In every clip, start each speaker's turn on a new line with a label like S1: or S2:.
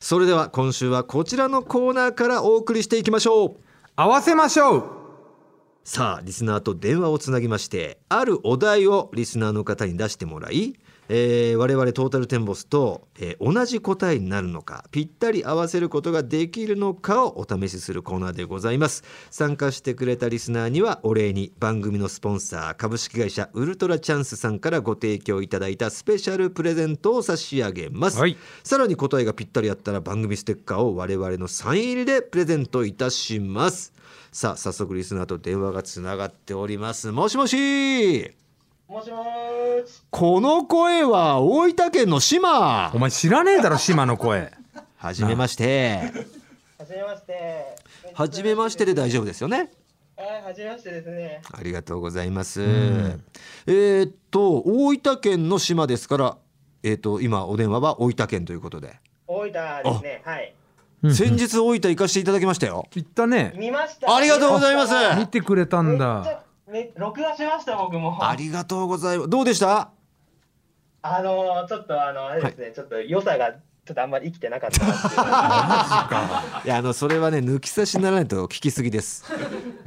S1: それでは今週はこちらのコーナーからお送りしていきましょう
S2: 合わせましょう
S1: さあリスナーと電話をつなぎましてあるお題をリスナーの方に出してもらい、えー我々トータルテンボスと、えー同じ答えになるのかぴったり合わせることができるのかをお試しするコーナーでございます参加してくれたリスナーにはお礼に番組のスポンサー株式会社ウルトラチャンスさんからご提供いただいたスペシャルプレゼントを差し上げます、
S2: はい
S1: さらに答えがぴったりあったら番組ステッカーを我々のサイン入りでプレゼントいたしますさあ早速リスナーと電話がつながっておりますもしもし
S3: もしもーし。
S1: この声は大分県の島
S2: お前知らねえだろ島の声
S1: はじめまして
S3: はじめまして。
S1: はじめましてで大丈夫ですよね
S3: はい、はじめましてですね。
S1: ありがとうございます、
S2: ん
S1: えーっと大分県の島ですからえーっと今お電話は大分県ということで、
S3: 大分ですね。はい。
S1: 先日大分行かせていただきましたよ
S2: 言ったね
S3: 見ました。
S1: ありがとうございます
S2: 見てくれたん
S3: めっち
S2: だ
S3: ゃめ録画しました僕も。
S1: ありがとうございますどうでした
S3: あのーちょっとあのあれですね、ちょっと良さがちょっとあんまり生きてなかったなっ ていう。
S1: いやあのそれはね抜き差しならないと聞きすぎです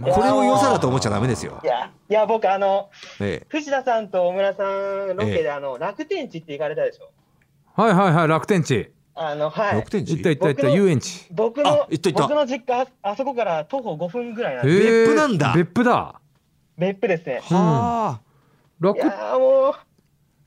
S1: これを良さだと思っちゃダメですよ
S3: いやいや僕あの
S1: え
S3: 藤田さんと大村さんロ
S1: え
S3: ケ
S1: え
S3: であの楽天地って行かれたでしょ。
S2: はいはいはい楽天地
S3: あの
S1: え、
S3: はい
S1: 6。点
S2: 行った
S1: 別
S2: 行った行った
S3: 僕の
S2: 遊園地
S3: 僕
S1: あ
S3: の
S1: 行った行った
S3: 僕の実家ああそこから徒歩5分ぐらいなん
S2: へ
S3: で
S2: え
S1: 府なんだ
S2: 別府だ
S3: 別府ですね。
S1: はあ、
S3: い
S2: 楽
S3: やーもう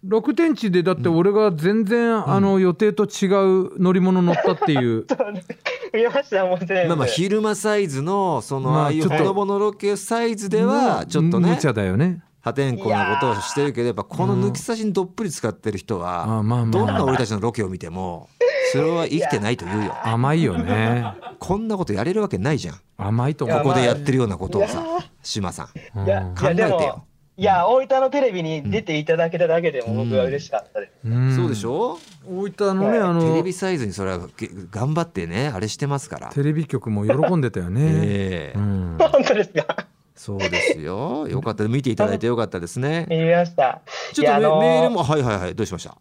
S2: 楽天地でだって俺が全然、あの予定と違う乗り物乗ったっていう
S3: ちょっとね見ましたもんね。
S1: まあまあ昼間サイズのその
S2: まあ
S1: ああいう
S2: ちょ
S1: 子
S2: っと
S1: 供のロケサイズ ではちょっと
S2: 無
S1: ね
S2: 茶だよね
S1: 破天荒なことをしてるけどやっぱこの抜き差しにどっぷり使ってる人
S2: あ
S1: は
S2: まあ
S1: どん
S2: ま
S1: な
S2: あ
S1: 俺たちのロケを見てもそれは生きてないと言うよ
S2: 甘いよね
S1: こんなことやれるわけないじゃんこ
S2: 甘いと思う
S3: いや
S1: こ
S3: まあ
S1: でやってるようなことを
S3: い
S1: さ
S3: や
S1: 島さん
S2: うん
S3: いや
S1: 考えて
S3: いやで
S1: よ
S3: もいや、大分のテレビに出ていただけただけでも僕は嬉しかったです。
S2: ん
S1: そうでしょ
S2: 大分のねあの
S1: テレビサイズにそれはげ頑張ってねあれしてますから
S2: テレビ局も喜んでたよ ね、
S1: ええ
S2: うん、
S3: 本当ですか
S1: そうですよよかった見ていただいてよかったですね
S3: 見ました。
S1: ち
S3: い
S1: ょ
S3: や
S1: っ
S3: あ
S1: と
S3: の
S1: メメールもはいはいはいどうしました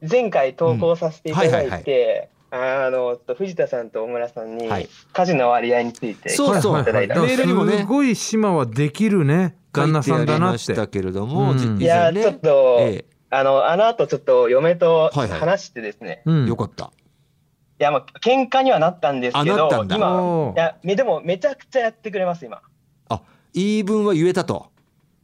S3: 前回投稿させていただ
S1: うんはい
S3: いて、あの、ちょっと藤田さんと大村さんに
S1: はい
S3: 家事の割合について、
S1: そうそう
S2: はいはいはい
S1: メールにもね
S2: すごい島はできるね旦那さんだなっ
S1: 書い
S2: て
S1: てありましたけれども、
S2: うん
S1: 実
S3: いや、
S1: 以前
S3: ちょっと、
S1: え
S3: あの、あの後ちょっと嫁と
S1: はいはい
S3: 話してですね、い
S2: うん
S1: え、よかった
S3: や、まあ、喧嘩にはなったんですけ
S1: あなっ
S3: ど、
S1: たんだ
S3: 今、
S2: お
S3: い
S2: ー
S3: や、めでもめちゃくちゃやってくれます、今。
S1: あ言い分は言えたと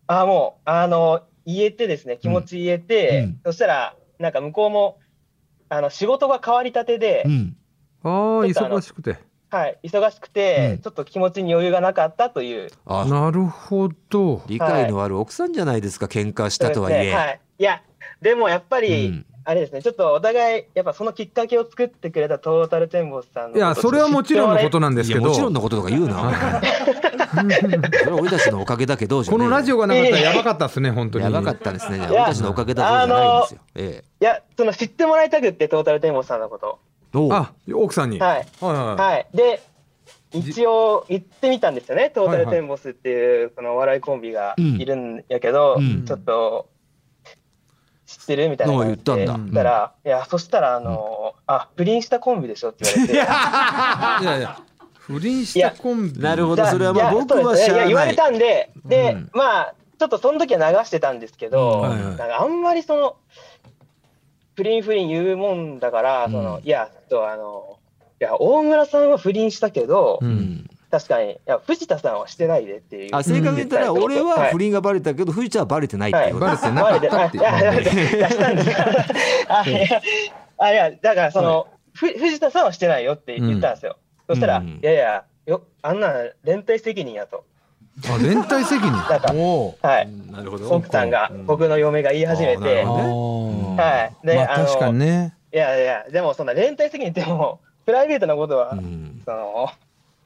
S3: あーもう、あの、言えてですね、気持ち言えて、
S1: うん
S3: そしたら、なんか向こうも、あの、仕事が変わりたてで、
S1: うん
S2: あー忙しくて
S3: はい、忙しくて、
S1: うん
S3: ちょっと気持ちに余裕がなかったという。
S1: あ
S2: なるほど
S1: 理解のある奥さんじゃないですか喧嘩したとはい
S3: そう
S1: え、
S3: ですねはい。いや、でもやっぱり、
S1: うん
S3: あれですね、ちょっとお互い、やっぱそのきっかけを作ってくれたトータルテンボスさんの
S2: いやそれはもちろんのことなんです
S1: いや
S2: けど
S1: もちろんのこととか言うなお前それは俺たちのおかげだけどじゃね
S2: こ
S1: えよ
S2: のラジオがなかったらやばかったっすね本当に
S1: やばかったですねじゃあ
S3: いや
S1: 俺たちのおかげだそうじゃないんですよ、え
S3: いや、その知ってもらいたくって、トータルテンボスさんのこと。
S1: えおう
S2: あ奥さんに、
S3: はい。
S2: はいはいは
S3: はい。で、一応行ってみたんですよね、トータルテンボスっていう、このお笑いコンビがいるんやけど、
S1: うん
S3: ちょっと、知ってるみたいな感じで。
S1: おう言ったんだ
S3: 言ったら、いや、そしたら、あのーあ、不倫したコンビでしょって言われて。
S2: い、いやいや不倫したコンビ
S1: なるほど
S3: だ
S1: それはいまあ
S3: や
S1: 僕
S3: そう
S1: は
S3: です
S1: し
S3: い
S1: ゃ
S3: や
S1: あ
S3: 言わ
S1: な
S3: れ
S1: い
S3: たんで、で、
S1: うん
S3: まあ、ちょっとその時は流してたんですけど、
S1: うん
S2: はいはい
S3: なんかあんまりその、不倫不倫言うもんだから、その
S1: うん
S3: いや、ちょっとあの、いや、大村さんは不倫したけど、
S2: う、
S1: うんん
S3: 確かに、いや、藤田さんはしてないでっていう。
S1: あ正確に言ったら
S3: うん
S1: 俺は不倫がバレたけど藤ちゃんはバレてないっていうこと
S2: バレてなかったっていう
S3: はいはいいやしたんですよあいやあ、いや、だからその、ふ藤田さんはしてないよって言ったんですよ。そしたら、
S1: うん
S3: いやいや、よあんな連帯責任やと。
S2: あ連帯責
S3: なんか
S2: 任おー
S3: はい。
S1: うんなるほど
S3: 奥さんが、僕の嫁が言い始め
S1: あーな
S3: て、
S1: るほどね
S2: あー
S3: はいで
S2: まあ、
S3: あの
S2: 確かにね
S3: いやいや、でもそんな連帯責任ってもう、 プライベートなことは、
S1: うん
S3: その、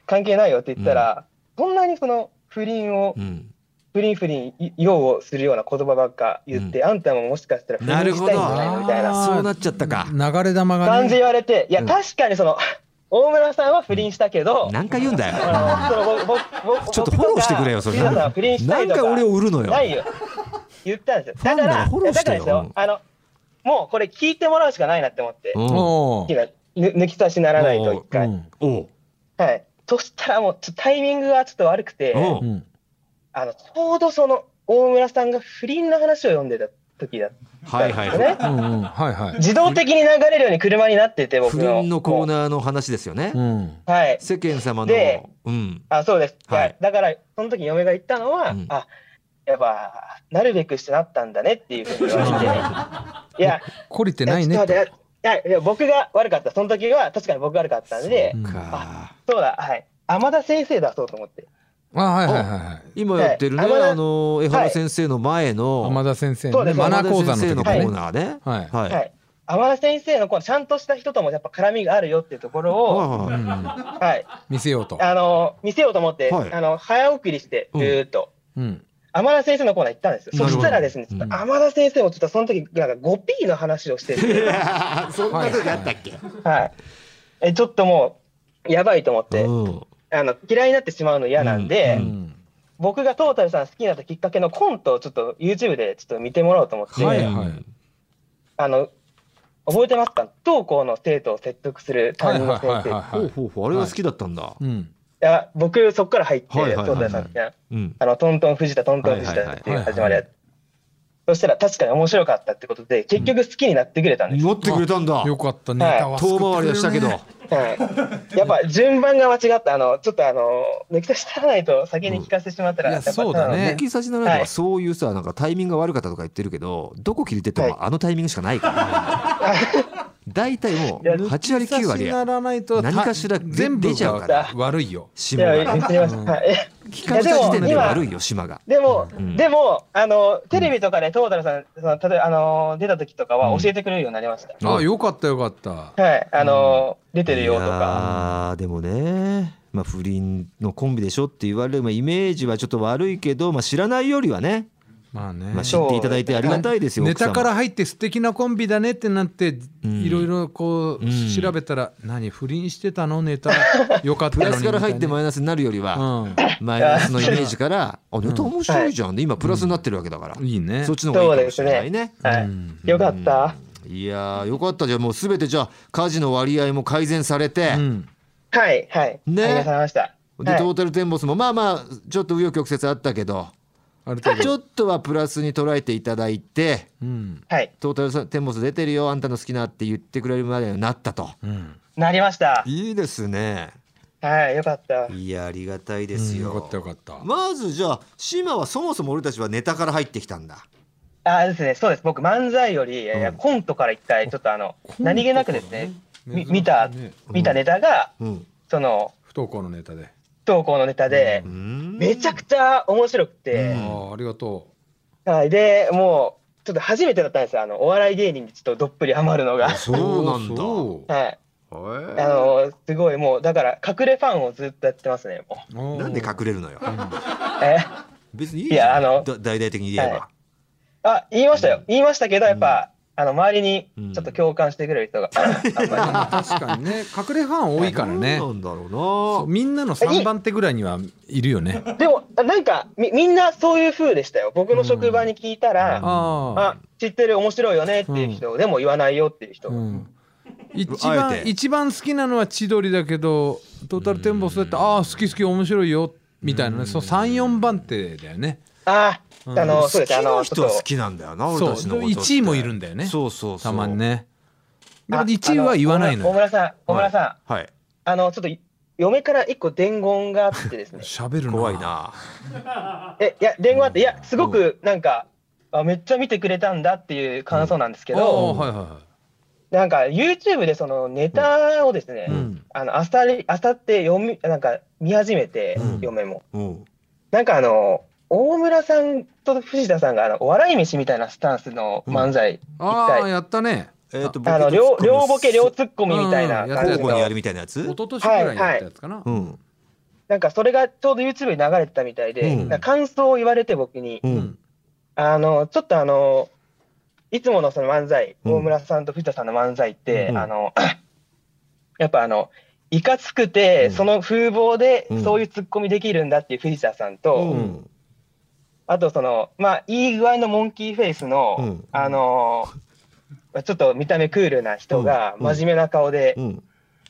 S3: 関係ないよって言ったら、そんなにその、不倫を、
S1: うん
S3: 不倫不倫、い擁護するような言葉ばっか言って、あんたももしかしたら不倫
S1: なる
S3: し
S1: ほ
S3: たいん
S1: ど
S3: じゃないのみたいな
S2: あー
S1: そうなっちゃったか
S2: 流れ玉が
S3: 感じ
S2: ね
S3: 言われて、いや、
S2: うん
S3: 確かにその、 大村さんは不倫したけど、
S1: 何回言うんだよ
S3: あのそのぼぼぼ
S1: ちょっとフォローしてくれよそれ
S3: 僕とか藤田さんは不倫した
S1: ないん
S3: とか
S1: か俺を売るのよ
S3: ないよ。言ったんですよ。
S1: フ
S3: だか
S1: ァンなら
S3: ら、
S1: フォローしてよ
S3: だからですよ。あの、もうこれ聞いてもらうしかないなって思って。
S1: うん
S2: おー
S3: 今、ぬ抜き差しならないと一
S2: う
S3: 回。
S2: ん
S1: おう
S3: はい。としたらもう、ちょっとタイミングがちょっと悪くて、
S1: おう
S2: うん
S3: あの、ちょうどその、大村さんが不倫の話を読んでた時だっ
S1: はいは
S3: た
S1: い
S3: ん
S1: は
S3: です
S1: い
S3: ね。
S2: うんうんはいはい。
S3: 自動的に流れるように車になってて、僕
S1: 不
S3: の。
S1: 倫のコー
S3: ー。
S1: ナーの話ですよね。
S2: うん
S3: はい。
S1: 世間様の
S3: で、
S1: うん、
S3: あ、そうです。
S1: はい
S3: はい。だから、その時嫁が言ったのは、
S1: うん
S3: あ、やっぱ、なるべくしてなったんだねっていうふうに言われて、いや、
S2: 懲りてないね
S3: ちょっと
S2: と。
S3: 待っていやいや僕が悪かった。その時は、確かに僕が悪かったんで、
S2: うん
S1: か
S3: そうだ、はい。天田先生出そうと思って。
S2: あはいはいはいはい。
S1: 今やってるね、
S3: はい天野
S1: あの江
S3: は
S1: 原
S3: い
S1: 先生の前の、
S2: 天田先生
S3: そ
S2: の
S3: うで
S2: ね
S3: す
S2: マナー講座の
S1: 先生
S2: 時
S1: の
S2: の
S1: コ
S3: マナー
S1: ー
S2: ね。
S1: ナーね。
S2: はい。
S1: は
S3: はい
S1: い。
S3: 天田先生のこのちゃんとした人ともやっぱ絡みがあるよっていうところを、
S2: う
S1: はい
S2: んうん
S3: はい、
S2: 見せようと。
S3: あの見せようと思って、
S1: はい
S3: あの早送りして、ずーっと、
S2: うん。
S3: 天田先生のコーナー行ったんですよ。
S1: な
S3: そ
S1: るほど
S3: したらですね、ちょっと
S1: うん
S3: 天田先生もちょっとその時なんか 5P の話をしてて、
S1: そんな時あったっけ、
S3: はい、えちょっともう、やばいと思って、
S1: うん
S3: あの嫌いになってしまうの嫌なんで、
S1: う
S2: うん
S3: 僕がトータルさん好きになったきっかけのコントをちょっと YouTube でちょっと見てもらおうと思って、
S2: はいはい
S3: あの覚えてますか不登校の生徒を説得する担任の先生、
S2: はいはいはいは
S1: ほ
S2: い
S1: うほうほうあれが好きだったんだ、
S2: うん。
S3: いや僕そこから入って、
S1: はいはいはい
S3: トータルさん好きな
S1: うん
S3: あのトントン藤田トントン藤田っていう
S2: はいはいはい
S3: 始まりやつそしたら確かに面白かったってことで結局好きになってくれたんです、
S1: 乗ってくれたんだ
S2: よかったネタは
S1: 遠回りはしたけど、
S3: はい、やっぱ順番が間違ったあのちょっとあの抜き差し足らないと先に聞かせてしまったら、
S2: うんい
S3: や
S2: や
S3: っぱ
S2: そうだね
S3: たので
S1: 抜き差しならないと
S3: は
S1: か
S3: い
S1: そういうさなんかタイミングが悪かったとか言ってるけどどこ切りてって
S3: はい
S1: もあのタイミングしかないから大体もう
S3: いや
S1: 8割9割
S2: 差し
S1: や
S2: ならないと
S1: 何かしら
S2: た全部
S1: 出ちゃうから
S2: 悪いよ。
S1: 島
S3: いや
S1: が
S3: 言ってみます、
S2: うん
S3: はい
S1: 聞かれた時点で悪いよ島が
S3: でも、
S1: うん
S3: でも、あの、テレビとかでトータルさん、その、例えば、あの、出た時とか
S1: う
S3: は
S1: ん
S3: 教えてくれるようになりました。
S2: あよかったよかった。
S3: はい、あの、出てるよとか。
S1: いやーでもね、まあ、不倫のコンビでしょって言われる、まあ、イメージはちょっと悪いけど、まあ、知らないよりはね、
S2: まあね
S1: まあ、。知っていただいてありがたいですよ、
S2: ネ
S1: 奥様
S2: タから入って素敵なコンビだねってなって
S1: うん
S2: いろいろこ
S1: う
S2: うん調べたら何不倫してたの ネタよかった
S1: プ
S2: のに
S1: ラスから入って
S2: み
S1: マイナスになるより
S2: た
S1: は、
S2: いな
S1: マイナスのイメージから「あネタ面白いじゃん」で今プラスになってるわけだから、
S2: うんいいね
S1: そっちの方がいいかもしれないね。
S3: は
S2: うん
S3: い。よかった。
S1: うんいやーよかったじゃあもう全てじゃあ家事の割合も改善されて、
S2: うん
S3: はい、はい。
S1: ね
S3: ありがとうございました。
S1: でト
S3: は
S1: ータルテンボスもまあまあちょっと紆余曲折あったけど
S2: ある程
S1: ち
S2: 度
S1: ょっとはプラスに捉えていただいて。
S2: うん
S3: い。はい。
S1: トータルさんテンボス出てるよあんたの好きなって言ってくれるまでになったと
S2: うん
S3: なりました。
S1: いいですね
S3: はい、よかった。
S1: いやありがたいです
S2: うん
S1: よ、
S2: よかったよかった
S1: まずじゃあ島はそもそも俺たちはネタから入ってきたんだ
S3: あ、ですね、そうです。僕、漫才より、いやいや
S1: うん
S3: コントから一回、ちょっとあの、何気なくですね、み見た
S2: 珍しいね
S1: ん
S3: 見たネタが、
S1: うん
S3: その、
S2: 不登校のネタで
S3: 不登校のネタで
S1: う、ん
S3: めちゃくちゃ面白くて、
S2: あーありがと
S3: はい、でもうちょっと初めてだったんですよあのお笑い芸人にちょっとどっぷりハマるのが
S1: あ
S2: う
S1: そうなんだ
S2: そ
S3: はいあ
S1: へ
S3: のすごいもうだから隠れファンをずっとやってますねも
S2: うお
S1: え
S2: ー
S1: なんで隠れるのよ
S3: うえ
S1: 別にいい
S3: いやあの
S1: だ大々的に言えば、
S3: はあ言いましたよ言いましたけどやっぱ、あの周りにちょっと共感してくれ る人が、あんまり
S2: まあ確かにね隠れファン多いからね
S1: どうなんだろう
S2: そう
S1: な
S2: みんなの三番手ぐらいにはいるよね
S3: でもなんかみみんなそういう風でしたよ僕の職場に聞いたら、
S2: あ
S3: あ知ってる面白いよねっていう人、でも言わないよっていう
S2: あ
S3: 人、
S2: うん一
S1: あえ
S2: 番
S1: て
S2: 一番好きなのは千鳥だけどトータルテンボスだってああ好き好き面白いよみたいなねそう34番手だよね
S3: あ
S2: うん
S3: あの、そ
S1: 好
S3: うです
S1: き
S3: あの
S1: な
S3: ち
S1: 人
S3: ょ
S1: は
S3: っと
S1: 好きなんだよな俺
S2: そう
S1: たちのことって
S2: 1位もいるんだよね
S1: そうそうそう
S2: たまにねでも
S3: あ
S2: 1位は言わない
S3: あ小
S2: のよ
S3: 村さん小村さん、
S1: はい
S3: あのちょっと嫁から一個伝言があってですね
S2: 喋るの
S1: 怖いな
S3: えいや伝言あっていやすごくなんかあめっちゃ見てくれたんだっていう感想なんですけ
S2: ああ
S3: ど、
S2: はいはいはい
S3: なんか YouTube でそのネタをですね、
S2: うん
S3: あのあさりあさって読みなんか見始めて、
S1: うん
S3: 嫁も
S1: うん
S3: なんかあの大村さんと藤田さんがあのお笑い飯みたいなスタンスの漫才、
S2: ああやったね
S1: えーと
S3: あの
S1: ボケと
S3: 両
S1: ツッコミ
S3: 両ボケ両ツッコミみたいな
S2: うんやっ
S3: 感
S2: て
S1: 交
S3: じ
S2: る
S1: 互にや
S3: の
S1: るみたいなやつ
S2: 一昨年ぐらいにやったやつかな
S1: うん
S3: なんかそれがちょうど YouTube に流れてたみたいで、
S1: うん
S3: なんか感想を言われて僕に
S1: う
S2: うんん
S3: あの、ちょっとあの、いつものその漫才、
S1: うん
S3: 大村さんと藤田さんの漫才って、
S1: うん
S3: あの、 やっぱあの、いかつくて、
S1: うん
S3: その風貌で
S1: うん
S3: そういうツッコミできるんだっていう藤田さんと、
S1: うん
S3: あとその、まあ、いい具合のモンキーフェイスの、
S1: うん
S3: あの、ちょっと見た目クールな人が
S1: うん
S3: 真面目な顔で、
S1: うん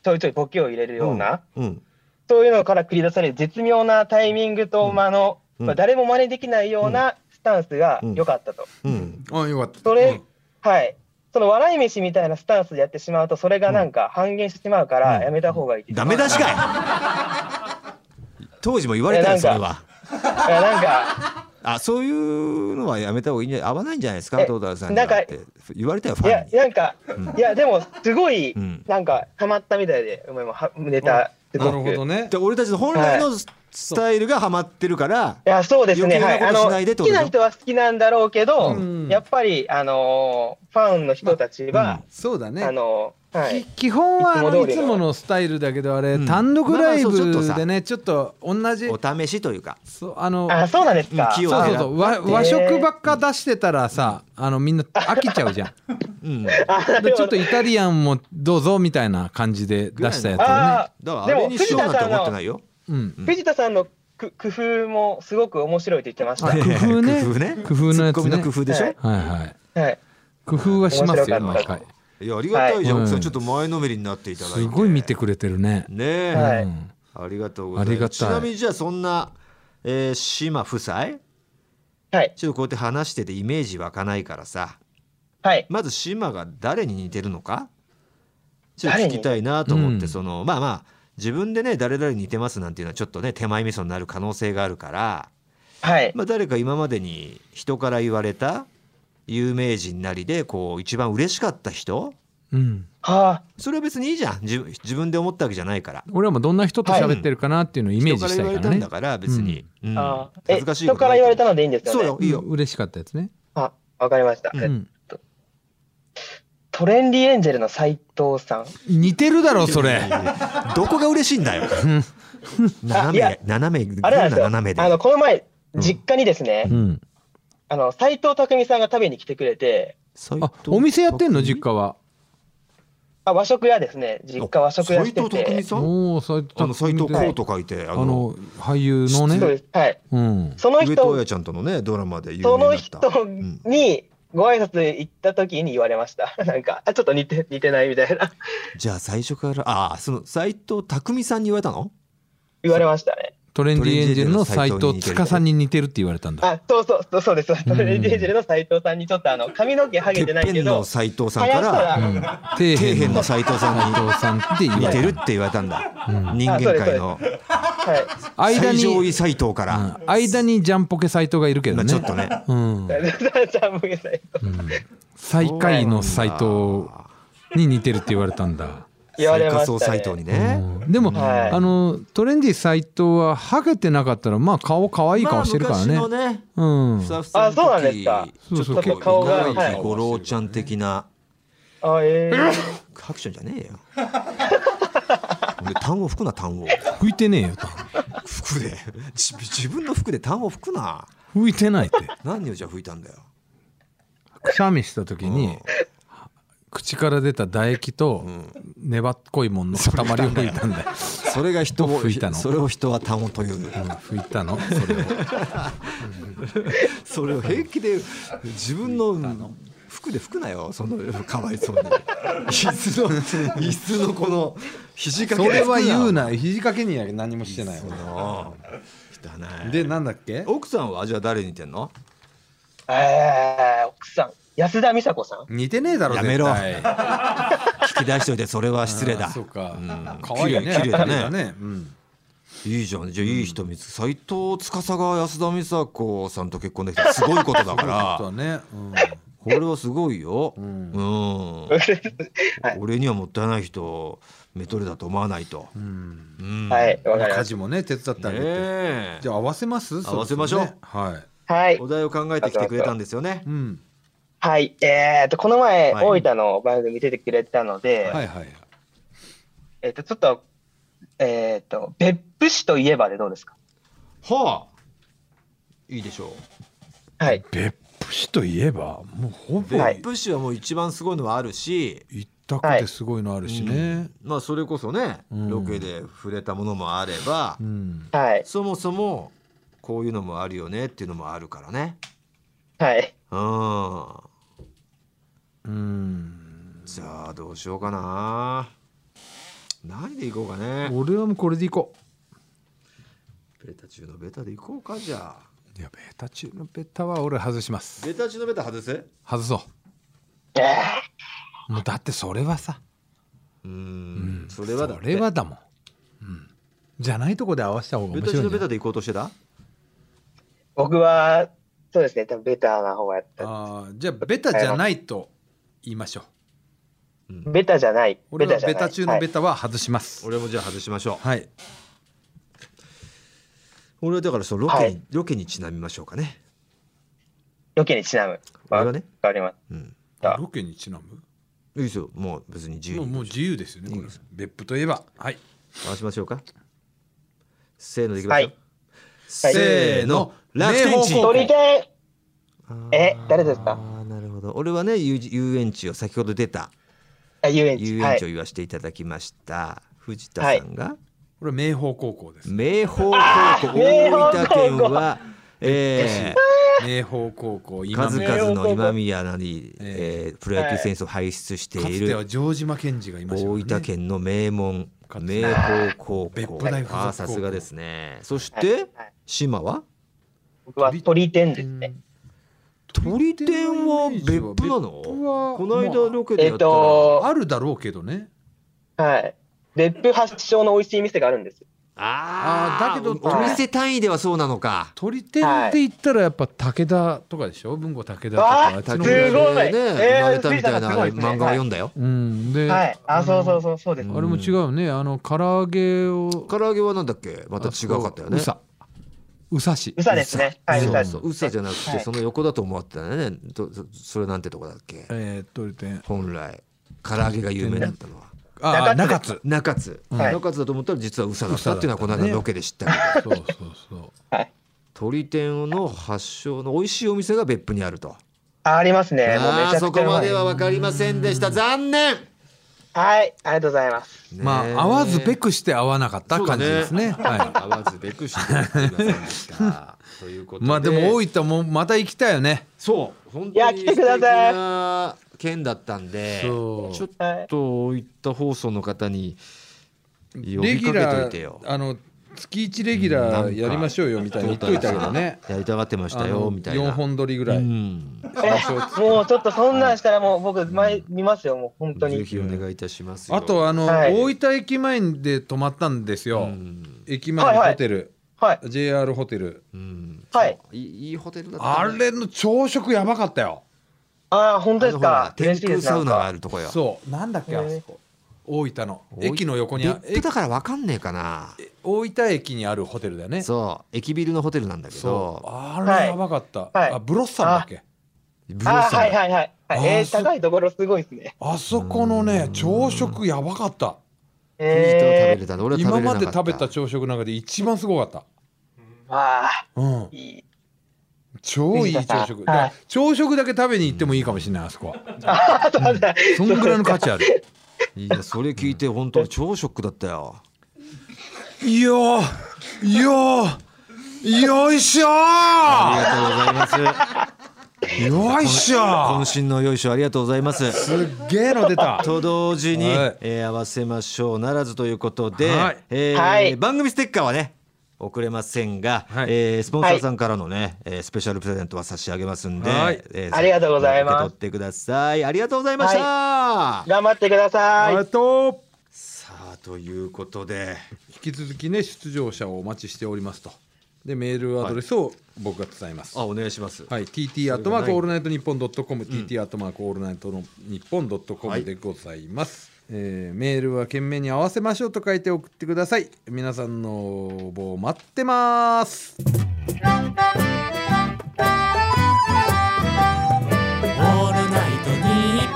S3: ちょいちょいボケを入れるような、
S1: うん
S3: そういうのから繰り出される絶妙なタイミングと
S1: うん
S3: 間の、
S1: うん
S3: まあ、誰も真似できないようなスタンスが
S1: うん
S3: 良かったと。
S1: うん
S2: あよかった
S3: それ
S2: うん
S3: はい。その笑い飯みたいなスタンスでやってしまうと、それがなんか半減してしまうか
S1: う
S3: ら、
S1: ん
S3: やめた方がいいです。
S1: ダメ出しか い当時も言われたよ
S3: え
S1: そ
S3: な
S1: れ
S3: ん
S1: は
S3: だからな んか、
S1: あそういうのはやめた方がいいんじゃ合わないんじゃないですか
S3: え
S1: トータルさんには
S3: なんか
S1: って言われたよフ
S3: い
S1: ァ
S3: や
S1: ン、に
S3: なんか、いや、でも、すごい
S1: うん、
S3: なんか、ハマったみたいで、お前もはネタ、す
S2: な
S3: ご
S2: る
S3: く。
S2: ほど
S3: い
S2: ね
S1: で俺たちの本来のススタイルがハマってるから
S3: や、そうですね。は
S1: 余
S3: い。
S1: 計
S3: あ
S1: なことし
S3: の、
S1: ないでって
S3: 好
S1: ことでし
S3: き
S1: ょ
S3: な人は好きなんだろうけど
S2: うん、
S3: やっぱり、あのー、ファンの人たちは、
S2: そうだね
S3: あのー、は
S2: き
S3: い。
S2: 基本はあ
S3: いつも
S2: の
S3: 通り
S2: い
S3: の
S2: つものスタイルだけどあれ、
S1: うん
S2: 単独ライ
S1: まあまあそうちょっと
S2: ブ
S1: さ
S2: でねちょっと同じ
S1: お試しというか
S2: そうあの
S3: あ、そうなんですか
S1: うん。器用
S2: そうそう
S1: だ
S2: そう和和食ばっか出してたらさ、あのみんな飽きちゃうじゃ ん
S1: うん
S2: でちょっとイタリアンもどうぞみたいな感じで出したやつ
S1: だ
S2: をね
S3: あ
S1: から
S3: あ、
S1: あ
S3: で
S1: れ
S3: も、
S1: にし
S3: 藤
S1: ようなん
S3: 田
S1: て
S3: さん
S1: 思って
S3: の
S1: ないよ
S2: うん
S3: 藤田さんのく工夫もすごく面白いと言ってました。
S2: あ
S3: は
S2: 工夫 ね
S1: 工夫ね
S2: 工夫のやつね
S1: ツッコミの工夫でしょ、
S3: はい
S2: はいはい
S3: い。
S2: 工夫はしますよ
S3: 面白か
S2: 毎
S3: った
S2: 回
S1: い、やありがたいじゃん、
S2: はい
S1: 奥さ
S2: うんん
S1: ちょっと前のめりになっていただいて
S2: すごい見てくれてるね、
S1: ねえ、
S3: はい
S2: うん
S1: ありがとうござ
S2: あ
S1: い
S2: り
S1: ま
S2: が
S1: す
S2: たい
S1: ちなみにじゃあそんな、えー、島夫妻
S3: はい。
S1: ちょっとこうやって話しててイメージ湧かないからさ
S3: はい。
S1: まず島が誰に似てるのかちょっと聞きたいなと思っ
S2: 誰
S1: て
S2: に
S1: そのまあまあ自分でね誰々に似てますなんていうのはちょっとね手前味噌になる可能性があるから、
S3: はい。
S1: まあ、誰か今までに人から言われた有名人なりでこう一番嬉しかった人
S2: うん、
S3: は
S1: それは別にいいじゃん自分自分で思ったわけじゃないから
S2: 俺はもうどんな人と喋ってるかなっていうのをイメー
S1: 人
S2: ジ
S1: から
S2: し
S1: 言
S2: た
S1: わ
S2: い
S1: れ
S2: か
S1: た
S2: ら
S1: んだ
S2: ね
S1: から別に、うん
S3: あ。ああ。
S1: 恥
S3: え
S1: ずかしい
S3: 人から言われたのでいいんですよ
S1: そ
S3: ね。
S1: うよいいよ、
S2: うん嬉しかったやつね、
S3: あ、わかりました。
S1: う
S2: う
S1: え
S2: ん、
S3: トレンディエンジェルの斉藤さん。
S2: 似てるだろそれ
S1: どこが嬉しいんだよ
S3: あい
S1: 斜
S3: や
S1: め斜め
S3: あれなんですよ。
S1: 斜めで
S3: あの、この前、実家にですね、
S2: うん
S3: あの、斉藤匠さんが食べに来てくれて、
S1: 斎藤
S2: あお店やってんの
S1: 匠
S2: 実家は
S3: あ、和食屋ですね。実家和食屋して
S1: 斎藤匠
S3: て。
S1: さん
S2: おお斎
S1: あの斎藤
S2: あ
S1: 浩と書いてあの
S2: の俳優の
S3: そうで
S2: ね
S3: す。はい。
S2: うん
S3: その
S1: 上戸
S3: 人
S1: 彩、ちゃんとのねドラマで有名
S3: そ
S1: にな
S3: の
S1: った
S3: 人
S1: うん
S3: に、ご挨拶行った時に言われました。 なんか、あ、ちょっと似て、似てないみたいな。
S1: じゃあ最初からああその斎藤匠さんに言われたの
S3: 言われましたね。
S2: トレンディエンジェルの斎藤司に似てるって言われたんだ
S3: あ、そうそう、そうそうです。トレンディエンジェルの斉藤さんにちょっとあの、髪の毛ハ
S1: て
S3: ゲ
S1: って
S3: ない
S1: ぺ
S3: け
S1: んの
S3: ど、
S1: 斎藤さん
S3: 生や
S1: か
S3: した
S1: ら
S3: ら、
S2: うん底
S3: あ
S1: 底辺
S2: 辺
S1: の
S2: の
S1: 斎
S2: 斎
S1: 藤さん
S2: 藤さんって言
S1: に
S2: わ
S1: 似て
S2: れ
S1: る
S2: た
S1: って言われたんだ、
S2: うん
S1: 人間界の
S3: はい。
S2: 間
S1: 最
S2: に
S1: 上
S2: う
S1: 位斎藤から、
S2: ん間にジャンポケ斎藤がいるけ
S1: ま
S2: ど
S1: あ、
S2: ね
S1: ちょっとね
S2: うん
S3: じゃあ、もう斉藤
S2: 最下位の斎藤に似てるって言われたんだ
S3: 言われま
S1: 最下層
S3: した
S1: 斎
S3: ね。
S1: 藤にね、
S2: うんでも、
S3: はい
S2: あのトレンディ斎藤はハゲてなかったらまあ顔可愛い顔してるからね,、
S1: まあ昔のね
S2: うん
S1: ふさふさの時
S3: あそうなんですか
S1: ちょっと
S2: そうそう
S1: 結
S3: 顔
S1: 構
S3: が
S1: 長
S3: はい
S1: 生き五郎ちゃん的な
S3: あ、えー
S1: アクションじゃねえよ俺単を吹くな単を
S2: 拭いてねえよと
S1: 服で自自分の服で単を吹くな
S2: 拭いてないって
S1: 何をじゃあ吹いたんだよ
S2: くしゃみした時に、口から出た唾液と、粘っこいもんの塊を拭いたんだよ
S1: それが人を
S2: 吹いたの
S1: それを人は単をという、
S2: 拭いたのそれを
S1: それを平気で自分の服で吹くなよそのかわいそうに椅子の 椅子のこの肘掛
S2: そ
S1: けで
S2: れ
S1: 吹く
S2: は言う な肘掛けには何もしてない俺
S1: ああ汚い
S2: でなんだっけ
S1: 奥さんはじゃあ誰に似てんの
S3: えー奥さん、安田美沙子さん。
S2: 似てねえだろ
S1: やめろ
S2: 絶対
S1: 聞き出しといてそれは失礼だ
S2: あそうか
S1: ん
S2: 可愛いね
S1: 綺麗綺麗だね
S2: 綺麗うん
S1: いいじゃんじゃあいい人見つけ斎藤司が安田美沙子さんと結婚できたすごいことだか
S2: あと
S1: ら
S2: はねうん
S1: これはすごいようんん俺にはもったいない人メトレだと思わないと
S2: うん
S1: うん
S3: はい、わかり
S2: 家
S3: まし
S2: 事もね手伝ってあげて
S1: ねえ
S2: じゃあ合わせます
S1: 合わせましょう
S2: そろそろねはい
S3: た。はい
S1: お。題を考えてきてくれたんですよね
S2: うん
S3: はい。えーと、この前、
S1: はい
S3: 大分の番組出てくれたので、
S2: はいはい
S3: えっ、と、ちょっと、えっ、と、別府市といえばでどうですか
S1: はあいいでしょ
S3: はい。
S2: 別府市といえばもうほ
S1: う
S2: ぼ
S3: はい
S1: 別府市はもう一番すごいのはあるし
S2: 一択ですごいのあるしね
S1: まあそれこそね
S2: うん
S1: ロケで触れたものもあれば
S2: うん
S3: はい。
S1: そもそもこういうのもあるよねっていうのもあるからね
S3: はい。
S1: うん
S2: うん
S1: じゃあどうしようかな何でいこうかね
S2: 俺はもうこれでいこ
S1: ベタ中のベタでいこうかじゃあ
S2: ういやベタ中のベタは俺外します
S1: ベタ中のベタ外す
S2: 外そ
S3: えー
S2: うもうだってそれはさ
S1: う
S2: うん
S1: んそれはだっ
S2: そ
S1: て
S2: れはだもん、うん、じゃないとこで合わせた方が
S1: ベ
S2: 面
S1: タ
S2: 白
S1: 中
S2: いん
S1: の
S2: じ
S1: ベ
S2: ゃな
S1: タ
S2: い
S1: でいこうとしてた
S3: 僕は、そうですね、多分ベターな方やった。
S2: あーじゃあベタじゃないと言いましょう
S3: ベタじゃない。
S2: 俺は
S3: じゃ
S2: ベ
S3: ない
S2: タ中のベ
S3: はい
S2: タは外します
S1: 俺もじゃあ外しましょう
S2: はい、
S1: 俺はだからそのロケに、
S3: はい
S1: ロケにちなみましょうかね
S3: ロケにちなむ。
S1: 俺
S3: わ
S1: はね
S3: かります。
S1: うん
S3: あ
S2: ロケにちなむ
S1: いいですよもう別に自由
S2: もう
S1: に
S2: もう自由ですよねこれ別府といえばはい
S1: 回しましょうかせーのでいきますよ、
S3: はい
S1: せーの楽天地
S2: 明豊高校
S3: 鳥天え
S1: あー
S3: 誰ですか
S1: なるほど俺はね遊遊園地を先ほど出た
S3: あ遊園地。
S1: 遊
S3: は
S1: 園地を
S3: い。
S1: 言わせていただきました、藤田さんが、
S2: これは明豊高校です
S1: 明豊高校大分県
S3: 明豊高
S1: は、え
S2: 明豊高校
S1: ー、
S2: 今
S1: 数
S2: も
S1: 々の今宮なり、
S2: え
S1: えープロ野球選手を輩出して
S2: か
S1: い
S2: つては
S1: る
S2: 城島健二がいましたから
S1: 大
S2: ね
S1: 分県の名門
S2: かつ
S1: 明
S2: て
S1: 豊高
S2: 別
S1: 校
S2: 府大附属高校
S1: あーさすがですねそし
S3: はい
S1: て
S3: はい
S1: 島は
S3: 僕は鳥天ですね。
S1: 鳥天は別府なの
S2: 別府は
S1: この間ロケで
S3: え
S1: や
S3: っ
S1: ったら
S3: と、
S2: あるだろうけどね
S3: はい。別府発祥の美味しい店があるんです。
S1: あー
S2: あーだけど
S1: おお店単位ではそうなのか
S2: 鳥天って言ったらやっぱ武田とかでしょ文庫武田とか
S3: わあ
S2: あっち
S1: 竹内
S2: の方
S3: すごい
S1: ね
S2: で
S1: 生まれたみたい
S3: え
S1: な
S3: ー藤田さんすごいですね
S1: 漫画を読んだよ
S2: うんで、
S3: はい。あ、そうそうそう、そうです。
S2: あれも違うよねあの唐揚げを
S1: 唐揚げはなんだっけまた違うかったよね
S2: うさうさし
S3: うさですね。はい、う
S1: そ
S3: さ
S1: う
S3: です
S1: そう。うさじゃなく
S3: は
S1: て
S3: い
S1: その横だと思ってたねどそそれなんてとこだっけ
S2: えー、鳥天
S1: 本来唐揚げが有名だったのは
S2: あ中
S3: 中
S2: 津
S1: 中津
S3: はい
S1: 中津だと思ったら実はうさだったっていうのはこの
S2: うさだ
S1: 間
S2: ったね
S1: ロケで知ったけど
S2: そうそうそう
S3: はい。
S1: 鳥天の発祥の美味しいお店が別府にあると
S3: あありますね。もうめ
S1: あ
S3: ち
S1: ー
S3: ゃ
S1: そ
S3: く
S1: こ
S3: ちゃう
S1: ま
S3: まい
S1: で。は分かりませんでした残念
S3: はい。ありがとうございます。
S2: まあ合わずべ
S1: く
S2: くして合わなかった感じで すねは
S1: 合わずべくしてわかりませんで したというこ
S2: い
S1: と
S2: まあでも大分もまた行きたいよね
S1: そう本
S3: い
S1: 当
S3: や
S1: に
S3: 来
S1: 素
S3: てください
S1: 敵な県だったんでち
S2: そう
S1: ょっ
S3: はい。
S1: と大分放送の方に呼
S2: レ
S1: び
S2: ギ
S1: か
S2: ュ
S1: け
S2: ラ
S1: といてよ
S2: ーあの月一レギュラーやりましょうよみたいに言っといたけどね
S1: やりたがってました
S2: あ
S1: よ
S2: の
S1: みたいな
S2: 4本撮りぐらい、
S1: うん
S3: えもうちょっとそんなんしたらもう僕前見ますよ、もう本当
S1: ぜ
S3: に。
S1: ひお願いいたしますよ
S2: あとあの、
S3: はい
S2: 大分駅前で泊まったんです
S1: う
S2: よ、
S1: ん
S2: 駅前のホテル、
S3: はい。
S2: JR ホテル
S1: うん
S3: はい
S1: いいいいホテルだった
S2: あ
S1: ね
S2: れの朝食やばかったよ
S3: ああ、本当ですか。
S1: あのほら天
S3: 嬉しいで
S1: 空
S3: す。な
S1: サウ
S3: ん
S1: ナがあ
S3: か
S1: るとこよ
S2: そうなんだっけあそこ大分の駅の横にあ
S1: 別府だからわかんねえかな
S2: え大分駅にあるホテルだよね
S1: そう駅ビルのホテルなんだけ
S2: そう
S1: ど
S2: あ
S3: は
S2: れ
S3: い
S2: やばかった、
S3: はい
S2: あブロッサムだっけ
S1: ブロ
S3: あ
S1: ッ
S3: あ、
S1: サム
S3: はいはいはい。はい、
S2: あー
S3: えー、
S2: そう
S3: 高いところすごいですね。
S2: あそこのね朝食やばかった
S1: 藤田は食べ
S3: え
S1: れたの俺は食べ
S2: 今
S1: れな
S2: ま
S1: かっ
S2: で
S1: た
S2: 食べた朝食の中で一番すごかっ
S3: ー、わあ、
S2: た、うん、
S3: いい。
S2: 超いい朝食
S3: 藤田さん
S2: だか
S3: は
S2: ら
S3: い
S2: 朝食だけ食べに行ってもいいかもしれ ないあそこは
S3: ああ、そうだ。
S2: そんぐらいの価値ある
S1: いやそれ聞いて本当に超ショックだったよ
S2: いやーいやーよいしょ
S1: あ
S2: ー
S1: りがとうございます
S2: よいしょー
S1: 渾身のよいしょありがとうございます
S2: すっげえの出た
S1: と同時に、
S2: はい
S1: えー合わせましょうならずということで、
S2: はい
S1: えー
S3: はい
S1: 番組ステッカーはね送れませんが、
S2: はい
S1: えースポンサーさんからのね、えースペシャルプレゼントは差し上げますんで、
S2: はい
S1: え
S3: ありがとうございます
S1: 受け取ってくださいありがとうございました、
S3: 頑張ってください。
S2: えっと
S1: さあということで
S2: 引き続きね出場者をお待ちしておりますとでメールアドレスを僕が伝えます
S1: あお願いします、
S2: はい、TT アットマークオールナイトニッポンドットコム、TT アットマークオールナイトのニッポンドットコムでございます、えーメールは懸命に合わせましょうと書いて送ってください皆さんの応募を待ってます
S4: オールナイトニッ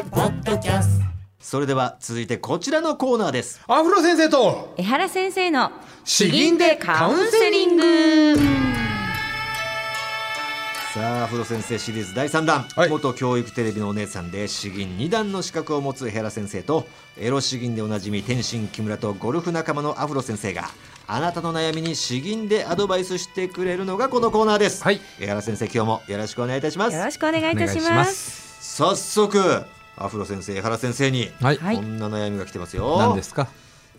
S4: ポン」ポッドキャスト
S1: それでは続いてこちらのコーナーです
S2: アフロ先生と
S5: 江原先生の
S2: 詩吟でカウンセリン
S5: グ
S1: さあ、風呂先生シリーズ第3弾、
S2: はい
S1: 元教育テレビのお姉さんで詩吟2段の資格を持つヘラ先生とエロ詩吟でおなじみ天心木村とゴルフ仲間のアフロ先生があなたの悩みに詩吟でアドバイスしてくれるのがこのコーナーです、
S2: はい
S1: 江原先生今日もよろしくお願いいたします
S5: よろしくお願いいたしま
S2: お
S5: す
S2: 願いします
S1: 早速アフロ先生江原先生に、
S2: はい
S5: はい
S1: こんな悩みが来てます
S2: 何
S1: よ
S2: ですか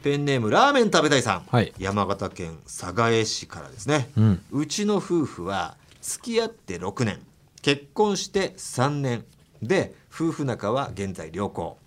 S1: ペンネームラーメン食べたいさん、
S2: はい
S1: 山形県寒河江市からですね、
S2: うん
S1: うちの夫婦は付き合って6年結婚して3年で夫婦仲は現在良好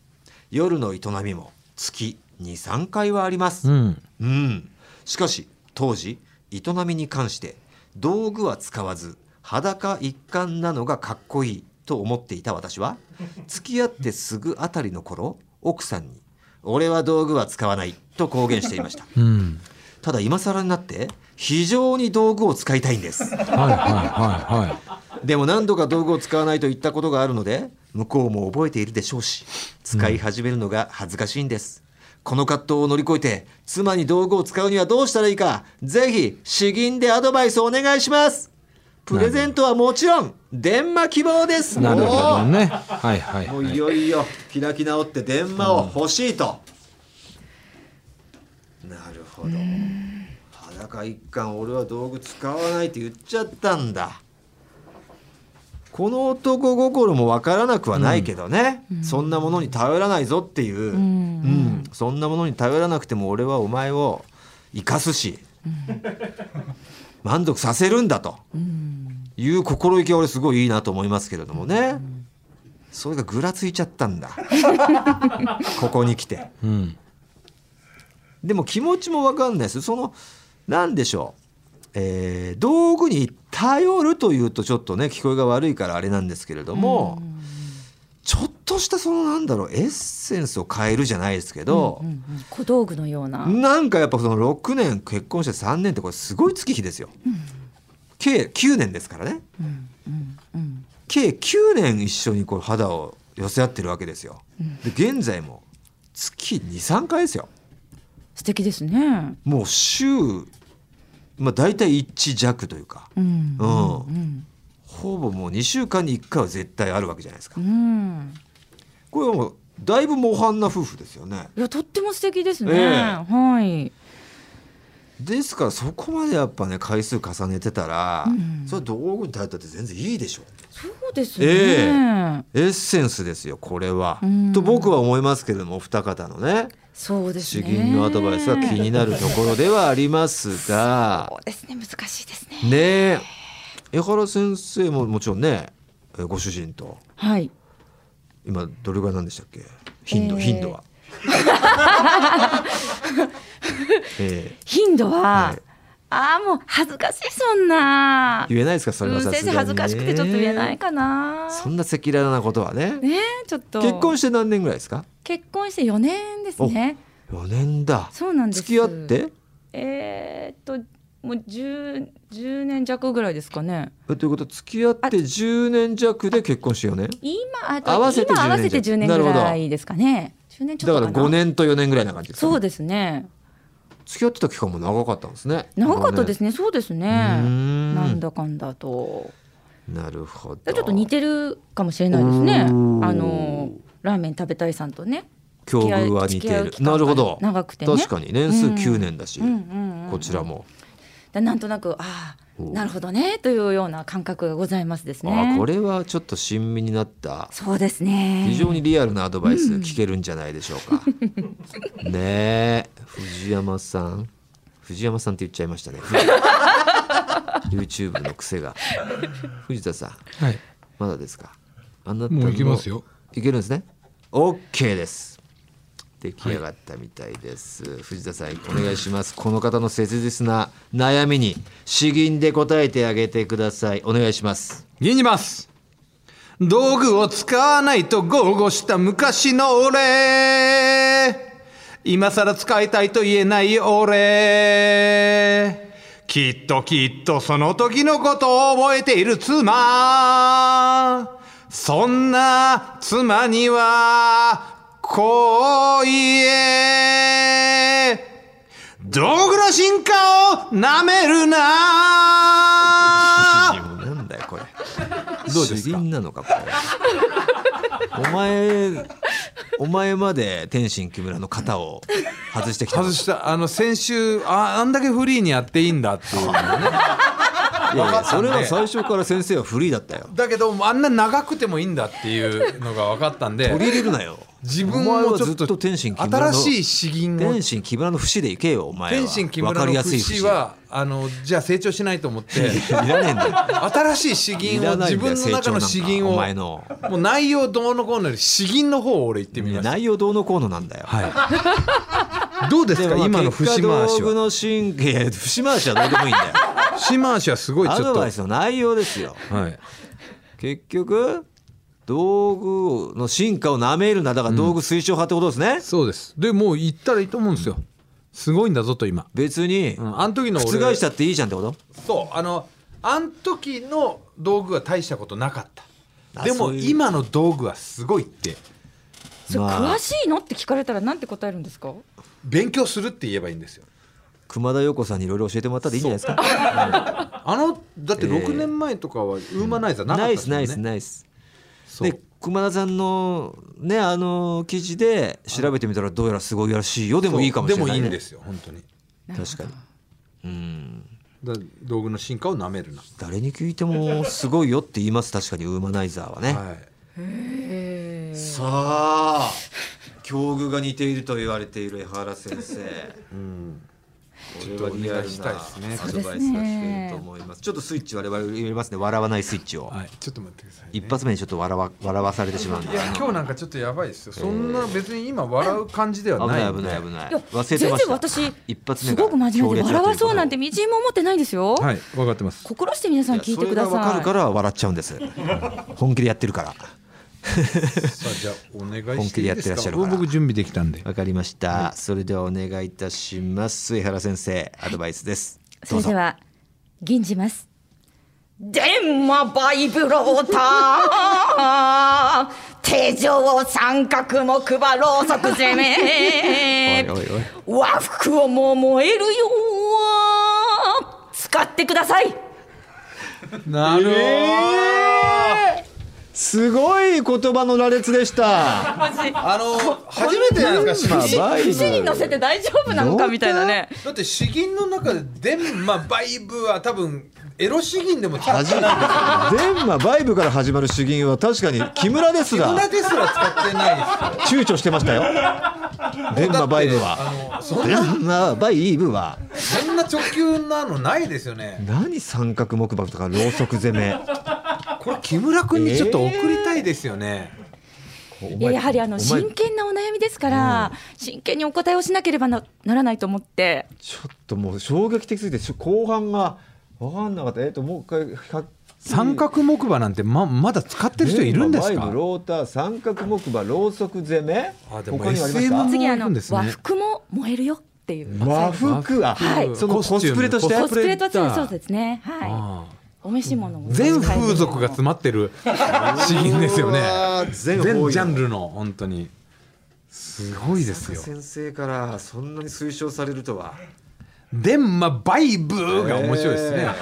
S1: 夜の営みも月23回はあります、
S2: うん
S1: うん、しかし当時営みに関して道具は使わず裸一貫なのがかっこいいと思っていた私は付き合ってすぐあたりの頃奥さんに「俺は道具は使わない」と公言していました
S2: うん
S1: ただ今更になって非常に道具を使いたいんです
S2: はいはいはいはい
S1: でも何度か道具を使わないと言ったことがあるので向こうも覚えているでしょうし使い始めるのが恥ずかしいんです、この葛藤を乗り越えて妻に道具を使うにはどうしたらいいかぜひ詩吟でアドバイスをお願いしますプレゼントはもちろん電話希望です
S2: なるほど
S1: も
S2: ね。はいはいう
S1: もう
S2: はいい。
S1: よいよ開き直って電話を欲しいと、なるほど裸一貫俺は道具使わないって言っちゃったんだこの男心もわからなくはないけどね、そんなものに頼らないぞっていう、う
S5: ん
S1: んそんなものに頼らなくても俺はお前を生かすし、満足させるんだという心意気は俺すごいいいなと思いますけれどもね、それがぐらついちゃったんだ ここに来て
S2: うん。
S1: でも気持ちも分かんないですそのなんでしょうえー道具に頼るというとちょっとね聞こえが悪いからあれなんですけれども、ちょっとしたそのなんだろうエッセンスを変えるじゃないですけど
S5: うん、うん小道具のような。
S1: なんかやっぱその6年結婚して3年ってこれすごい月日ですよ。計9年ですからね
S5: うんうんうん
S1: 計9年一緒にこう肌を寄せ合ってるわけですよ。で現在も月23回ですよ。
S5: 素敵ですね。
S1: もう週、まあ、大体1弱というか
S5: うん
S1: う
S5: うんん
S1: ほぼもう2週間に1回は絶対あるわけじゃないです
S5: う
S1: か
S5: ん。
S1: これはもうだいぶ模範な夫婦ですよね
S5: いやとっても素敵ですね。
S1: ええ
S5: はい。
S1: ですからそこまでやっぱね回数重ねてたら、
S5: うん
S1: それは道具に頼ったって全然いいでしょ
S5: そうですね。
S1: えエッセンスですよこれは、
S5: うん
S1: と僕は思いますけれどもお二方のね
S5: そうです
S1: 主
S5: ね。
S1: 銀のアドバイスは気になるところではありますが
S5: そうですね難しいです
S1: ね
S5: ね。
S1: え江原先生ももちろんねえご主人と
S5: はい。
S1: 今どれぐらいなんでしたっけ頻度、
S5: えー
S1: 頻 度はえ
S5: 頻度は、
S1: はい
S5: ああもう恥ずかしいそんな
S1: ー。言えないですかそれ
S5: う
S1: は
S5: ん
S1: さすが
S5: 先
S1: に、
S5: 生
S1: ね、
S5: 恥ずかしくてちょっと言えないかな。
S1: そんな赤裸々なことはね
S5: ねえちょっと
S1: 結婚して何年ぐらいですか
S5: 結婚して4年ですね。
S1: 4年だ
S5: そうなんです。
S1: 付き合って
S5: えー、っともう 10, 10年弱ぐらいですかね
S1: えということは付き合って10年弱で結婚して4年
S5: 今あと
S1: 合わせて
S5: 今合わ
S1: 10年
S5: せて10年ぐらいですかね10年ちょ
S1: だ
S5: っと
S1: か
S5: からな
S1: 5年と4年ぐらいな感じですかね、
S5: そうですね
S1: 付き合ってた期間も長かったんですね
S5: 長かった
S1: 五年
S5: ですねそうですね
S1: うーん
S5: なんだかんだと
S1: なるほど
S5: ちょっと似てるかもしれないですね
S1: おー
S5: あのラーメン食べたいさんとね
S1: 境遇は似
S5: 付
S1: て
S5: き合う
S1: る
S5: 付き合う期間が
S1: なるほど
S5: 長くてね
S1: 確かに年数9年だし、
S5: うんうんうん
S1: こちらも
S5: だなんとなくああ
S1: おー
S5: なるほどねというような感覚がございますですね
S1: あこれはちょっと親身になった
S5: そうですね
S1: 非常にリアルなアドバイス聞けるんじゃないでしょうか。ねえ藤山さん藤山さんって言っちゃいましたね。YouTube の癖が藤田さん
S2: はい。
S1: まだですか。あなた
S2: もう
S1: の
S2: いけますよ。
S1: いけるんですね。OK です。出来上がったみたいです、藤田さんお願いしますこの方の切実な悩みに詩吟で答えてあげてくださいお願いします
S2: 銀にます。道具を使わないと豪語した昔の俺。今更使いたいと言えない俺。きっときっとその時のことを覚えている妻。そんな妻には、こう言え。道具の進化を舐めるな。
S1: 詩吟なんだよこれ
S2: どうですか
S1: 詩吟なのかこれお前お前まで天心木村の肩を外してきたの
S2: 外したあの先週ああんだけフリーにやっていいんだっていうのね
S1: いやいやそれは最初から先生はフリーだったよ
S2: だけどあんな長くてもいいんだっていうのが分かったんで
S1: 取 り入れるなよ
S2: 自分
S1: お前
S2: も
S1: は
S2: ちょ
S1: ず
S2: っ
S1: っ
S2: と
S1: と天心木村の
S2: 新しい詩吟を
S1: 天心木村の節でいけよお前は
S2: 天心木
S1: わ
S2: 村
S1: かり
S2: の
S1: やすい節
S2: 節はあのじゃあ成長しないと思って
S1: いらねえんだよ
S2: 新しい詩
S1: い
S2: 吟を
S1: らない
S2: 自
S1: んだよ
S2: 分の中の詩吟
S1: 成長なんかお
S2: を
S1: 前の
S2: もう内容どうのこうのより詩吟の方を俺言ってみました
S1: 内容どうのこうのなんだよ
S2: はいどうですか
S1: まあ
S2: 今の
S1: 結果
S2: 節回し
S1: 道具
S2: は
S1: の神経節回しはどうでもいいんだよ
S2: 節回しはすごいち
S1: ア
S2: ょ
S1: ド
S2: っと
S1: バイスの内容ですよ
S2: はい
S1: 結局道具の進化をなめるなだから道具推奨派ってことですね、
S2: そうですでもう言ったらいいと思うんですよすごいんだぞと今
S1: 別に
S2: うんあの時の
S1: 覆
S2: 俺
S1: したっていいじゃんってこと
S2: そうあのあん時の道具は大したことなかった
S1: あ
S2: でも
S1: そういう
S2: 今の道具はすごいって
S5: それ
S1: まあ
S5: 詳しいのって聞かれたらなんて答えるんですか
S2: 勉強するって言えばいいんですよ
S1: 熊田曜子さんにいろいろ教えてもらったらいいんじゃないで すか
S2: あのだって
S1: えー
S2: 6年前とかはウーマナイザーなか
S1: ナ
S2: った
S1: イ
S2: です
S1: ス
S2: もん
S1: ナ
S2: ね
S1: イスナイス
S2: そう
S1: で熊田さんのねあの記事で調べてみたらどうやらすごいらしいよでもいいかもしれない、ね、
S2: でもいいんですよ本当に
S1: 確かにうん
S2: だ道具の進化をなめるな、
S1: 誰に聞いてもすごいよって言います確かにウーマナイザーはね、
S2: はい、
S5: へえ
S1: さあ境遇が似ていると言われている江原先生
S2: うん
S1: これはリアルなアドバイスが聞けると思いますちょっとスイッチ我々入れますね笑わないスイッチを、
S2: はい、ちょっと待ってください、ね、
S1: 一発目にちょっと笑わ笑わされてしまうんで
S2: いや今日なんかちょっとやばいですよそんな別に今笑う感じでは
S1: 危
S2: な
S1: ないい危
S2: んで
S1: ない危ない
S5: いや
S1: 忘れて
S5: 全
S1: まし
S5: 然
S1: た
S5: 私
S1: 一発目
S5: すごく真面目で笑わそうなんて
S1: て
S5: みじんも思ってないですよ、
S2: はい分かってます
S5: 心して皆さん聞いてくだ
S1: それがわか
S5: さい
S1: るから笑っちゃうんです本気でやってるから
S2: さあじゃあお願い
S1: 本
S2: して
S1: 気で
S2: いい
S1: やって
S2: です
S1: らっ
S2: か
S1: しゃるから
S2: 僕準備できたんで
S1: わかりました、それではお願いいたします江原先生アドバイスです、
S5: そ
S1: どう
S5: れ
S1: ぞ
S5: では吟じます電話バイブローター手錠三角木馬ろうそく攻め
S1: おいおいおい
S5: 和服をも燃えるよ使ってください
S2: なるほど、
S1: すごい言葉の羅列でした
S2: あの初めてじゃないですか詩吟
S1: バイブ
S5: 節に乗せて大丈夫なのかみたいなね
S2: だって詩吟の中ででんまあバイブは多分エロ詩吟でも使ってない
S1: 電話バイブから始まる主銀は確かに木村です
S2: 木
S1: が
S2: 村ですら使ってないですよ
S1: 躊躇してましたよ電話バイブは
S2: あのそん
S1: 電
S2: な
S1: 話バイブは
S2: そんな直球なのないですよね
S1: 何三角木馬とかろうそく攻め
S2: これ木村君にちょっと送りたいですよね、
S5: いややはりあの
S1: お前
S5: 真剣なお悩みですから真剣にお答えをしなければなならないと思って
S1: ちょっともう衝撃的すぎてちょ後半が分かんなかったえっともう一回100
S2: 三角木馬なんてままだ使ってる人いるんです
S1: 電話バイ
S2: か
S1: ブローター三角木馬ろうそく攻め他
S2: あでも
S1: にありました
S2: SM
S5: 次あ
S2: もう行
S5: の
S2: くんですね
S5: 和服も燃えるよっていう
S1: 和服あ、
S5: はい
S1: そのコスプレとして
S5: コスプレとは
S2: だ
S5: そうですね。は
S2: ああ
S5: い。お召し物も。
S2: 全風俗が詰まってる詩吟ですよね
S1: うわー全
S2: 全
S1: 方位
S2: ジャンルの本当にすごいですよ
S1: 先生からそんなに推奨されるとは
S2: 電マバイブーが面白いですね
S1: え
S2: やっ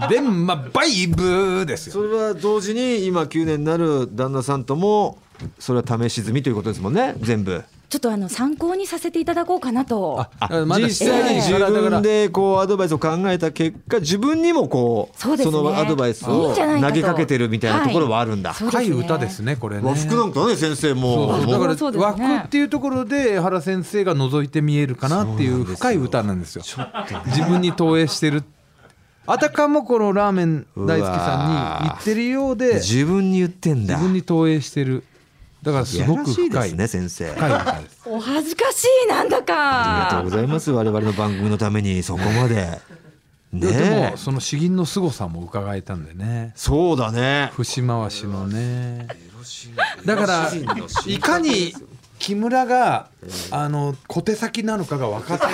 S2: ぱね。電マバイブーです
S1: そ
S2: よ。
S1: れは同時に今9年になる旦那さんともそれは試し済みということですもんね全部
S5: ちょっとあの参考にさせていただこうかなと。
S1: あ
S2: まだ
S1: 実際に自分でこうアドバイスを考えた結果自分にもこう
S5: そうですね。
S1: のアドバイス
S5: いい
S1: を
S5: いんじゃない
S1: 投
S5: と
S1: げかけてるみたいなところはあるんだ、
S5: はいそう
S2: 深い歌ですねこれね。
S1: 和服なんかね先生も
S2: そう
S5: 和服
S2: だ
S5: も
S2: から
S5: そうですね
S2: 和服っていうところで江原先生が覗いて見えるかなっていう深い歌なんですよ。自分に投影してる。あたかもこのラーメン大好きさんに言ってるようで自
S1: 自分に言ってんだ
S2: 分に投影してる。だからす
S1: や
S2: ご
S1: ら
S2: く
S1: しいで
S2: 深
S1: す
S2: い
S1: ね先生
S2: 深い歌です。
S5: お恥ずかしいなんだ
S1: ありがとう
S5: か
S1: ご。ざいます我々の番組のためにそこまで
S2: いやで
S1: ね
S2: も
S1: え
S2: その詩吟の凄さも伺えたんでね。
S1: そうだね
S2: 節回しのね。だからいかに木村があの小手先なのかが分かってた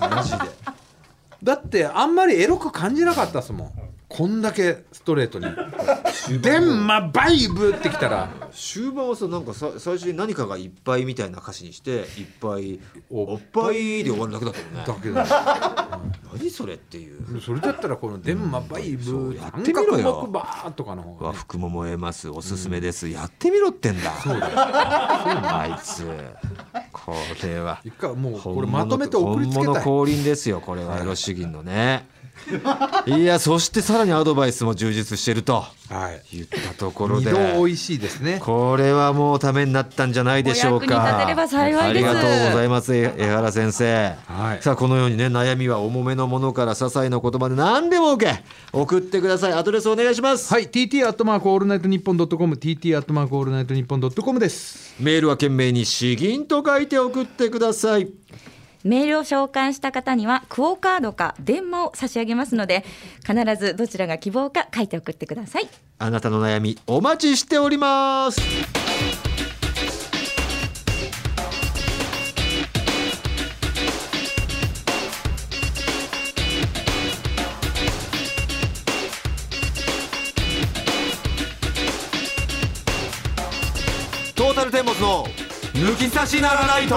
S2: 感じですね。マジで。だってあんまりエロく感じなかったですもん。こんだけストレートに「デンマバイブ!」ってきたら
S1: 終盤はさなんかさ最初に何かがいっぱいみたいな歌詞にしていっぱい
S2: お
S1: おっぱいで終わるだけだった
S2: だ
S1: もんね
S2: けど
S1: 何それっていう
S2: それだったらこの「デンマバイ
S1: そう
S2: ブ!」
S1: やってみろよ
S2: 三角膜バーとかの方が
S1: 和
S2: ね
S1: 服も 燃えますおすすめです、やってみろってんだそうだあいつここれは
S2: 一回もうこれまとめて送りつけ
S1: 本
S2: た
S1: 物
S2: い
S1: 降臨ですよこれはエロ主義のねいやそしてさらにアドバイスも充実してると
S2: はい
S1: 言ったところ
S2: 二
S1: で
S2: 度美味しいですね
S1: これはもうためになったんじゃないでしょうか
S5: お役に立てれば幸いです
S1: ありがとうございます江原先生、
S2: はい
S1: さあこのようにね悩みは重めのものから些細な言葉で何でも OK 送ってくださいアドレスお願いします、
S2: はい TT アットマークオールナイトニッポンドットコム TT アットマークオールナイトニッポンドットコムです
S1: メールは懸命に「詩吟」と書いて送ってください
S5: メールを召喚した方にはクオカードか電話を差し上げますので必ずどちらが希望か書いて送ってください
S1: あなたの悩みお待ちしておりますトータルテンボスの抜き差しならないと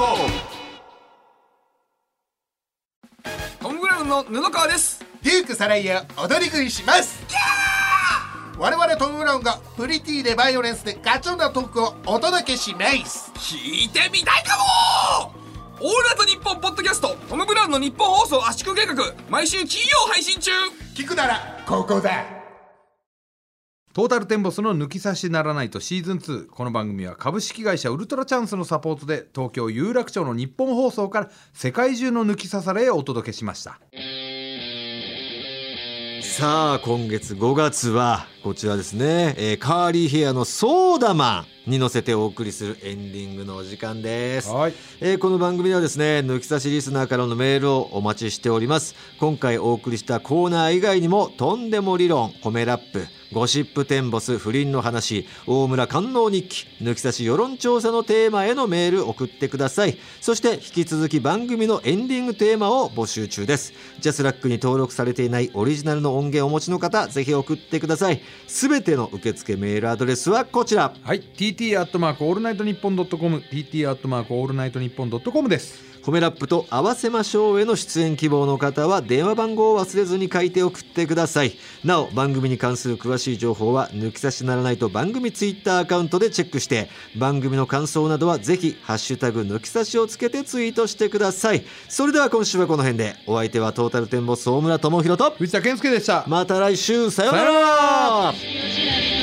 S6: トム・ブラウンの布川です
S7: デュークサライヤ踊り食いします我々トム・ブラウンがプリティでバイオレンスでガチョンなトークをお届けします
S6: 聞いてみたいかもオールナイトニッポンポッドキャストトム・ブラウンの日本放送圧縮計画毎週金曜配信中
S7: 聞くならここだ
S2: トータルテンボスの抜き差しならないとシーズン2この番組は株式会社ウルトラチャンスのサポートで東京有楽町の日本放送から世界中の抜き差されへお届けしました
S1: さあ今月5月はこちらですね、えーカーリーヘアのソーダマンに乗せてお送りするエンディングのお時間です
S2: はい
S1: えーこの番組ではですね抜き差しリスナーからのメールをお待ちしております今回お送りしたコーナー以外にもとんでも理論褒めラップゴシップテンボス不倫の話大村官能日記抜き差し世論調査のテーマへのメール送ってくださいそして引き続き番組のエンディングテーマを募集中ですジャスラックに登録されていないオリジナルの音源をお持ちの方ぜひ送ってくださいすべての受付メールアドレスはこちら
S2: はい TT アットマークオールナイトニッポンドットコム TT アットマークオールナイトニッポンドットコムです
S1: 褒めラップと合わせましょうへの出演希望の方は電話番号を忘れずに書いて送ってくださいなお番組に関する詳しい情報は抜き差しならないと番組ツイッターアカウントでチェックして番組の感想などはぜひハッシュタグ抜き差しをつけてツイートしてくださいそれでは今週はこの辺でお相手はトータルテンボス大村智広と
S2: 藤田健介でした
S1: また来週さようなら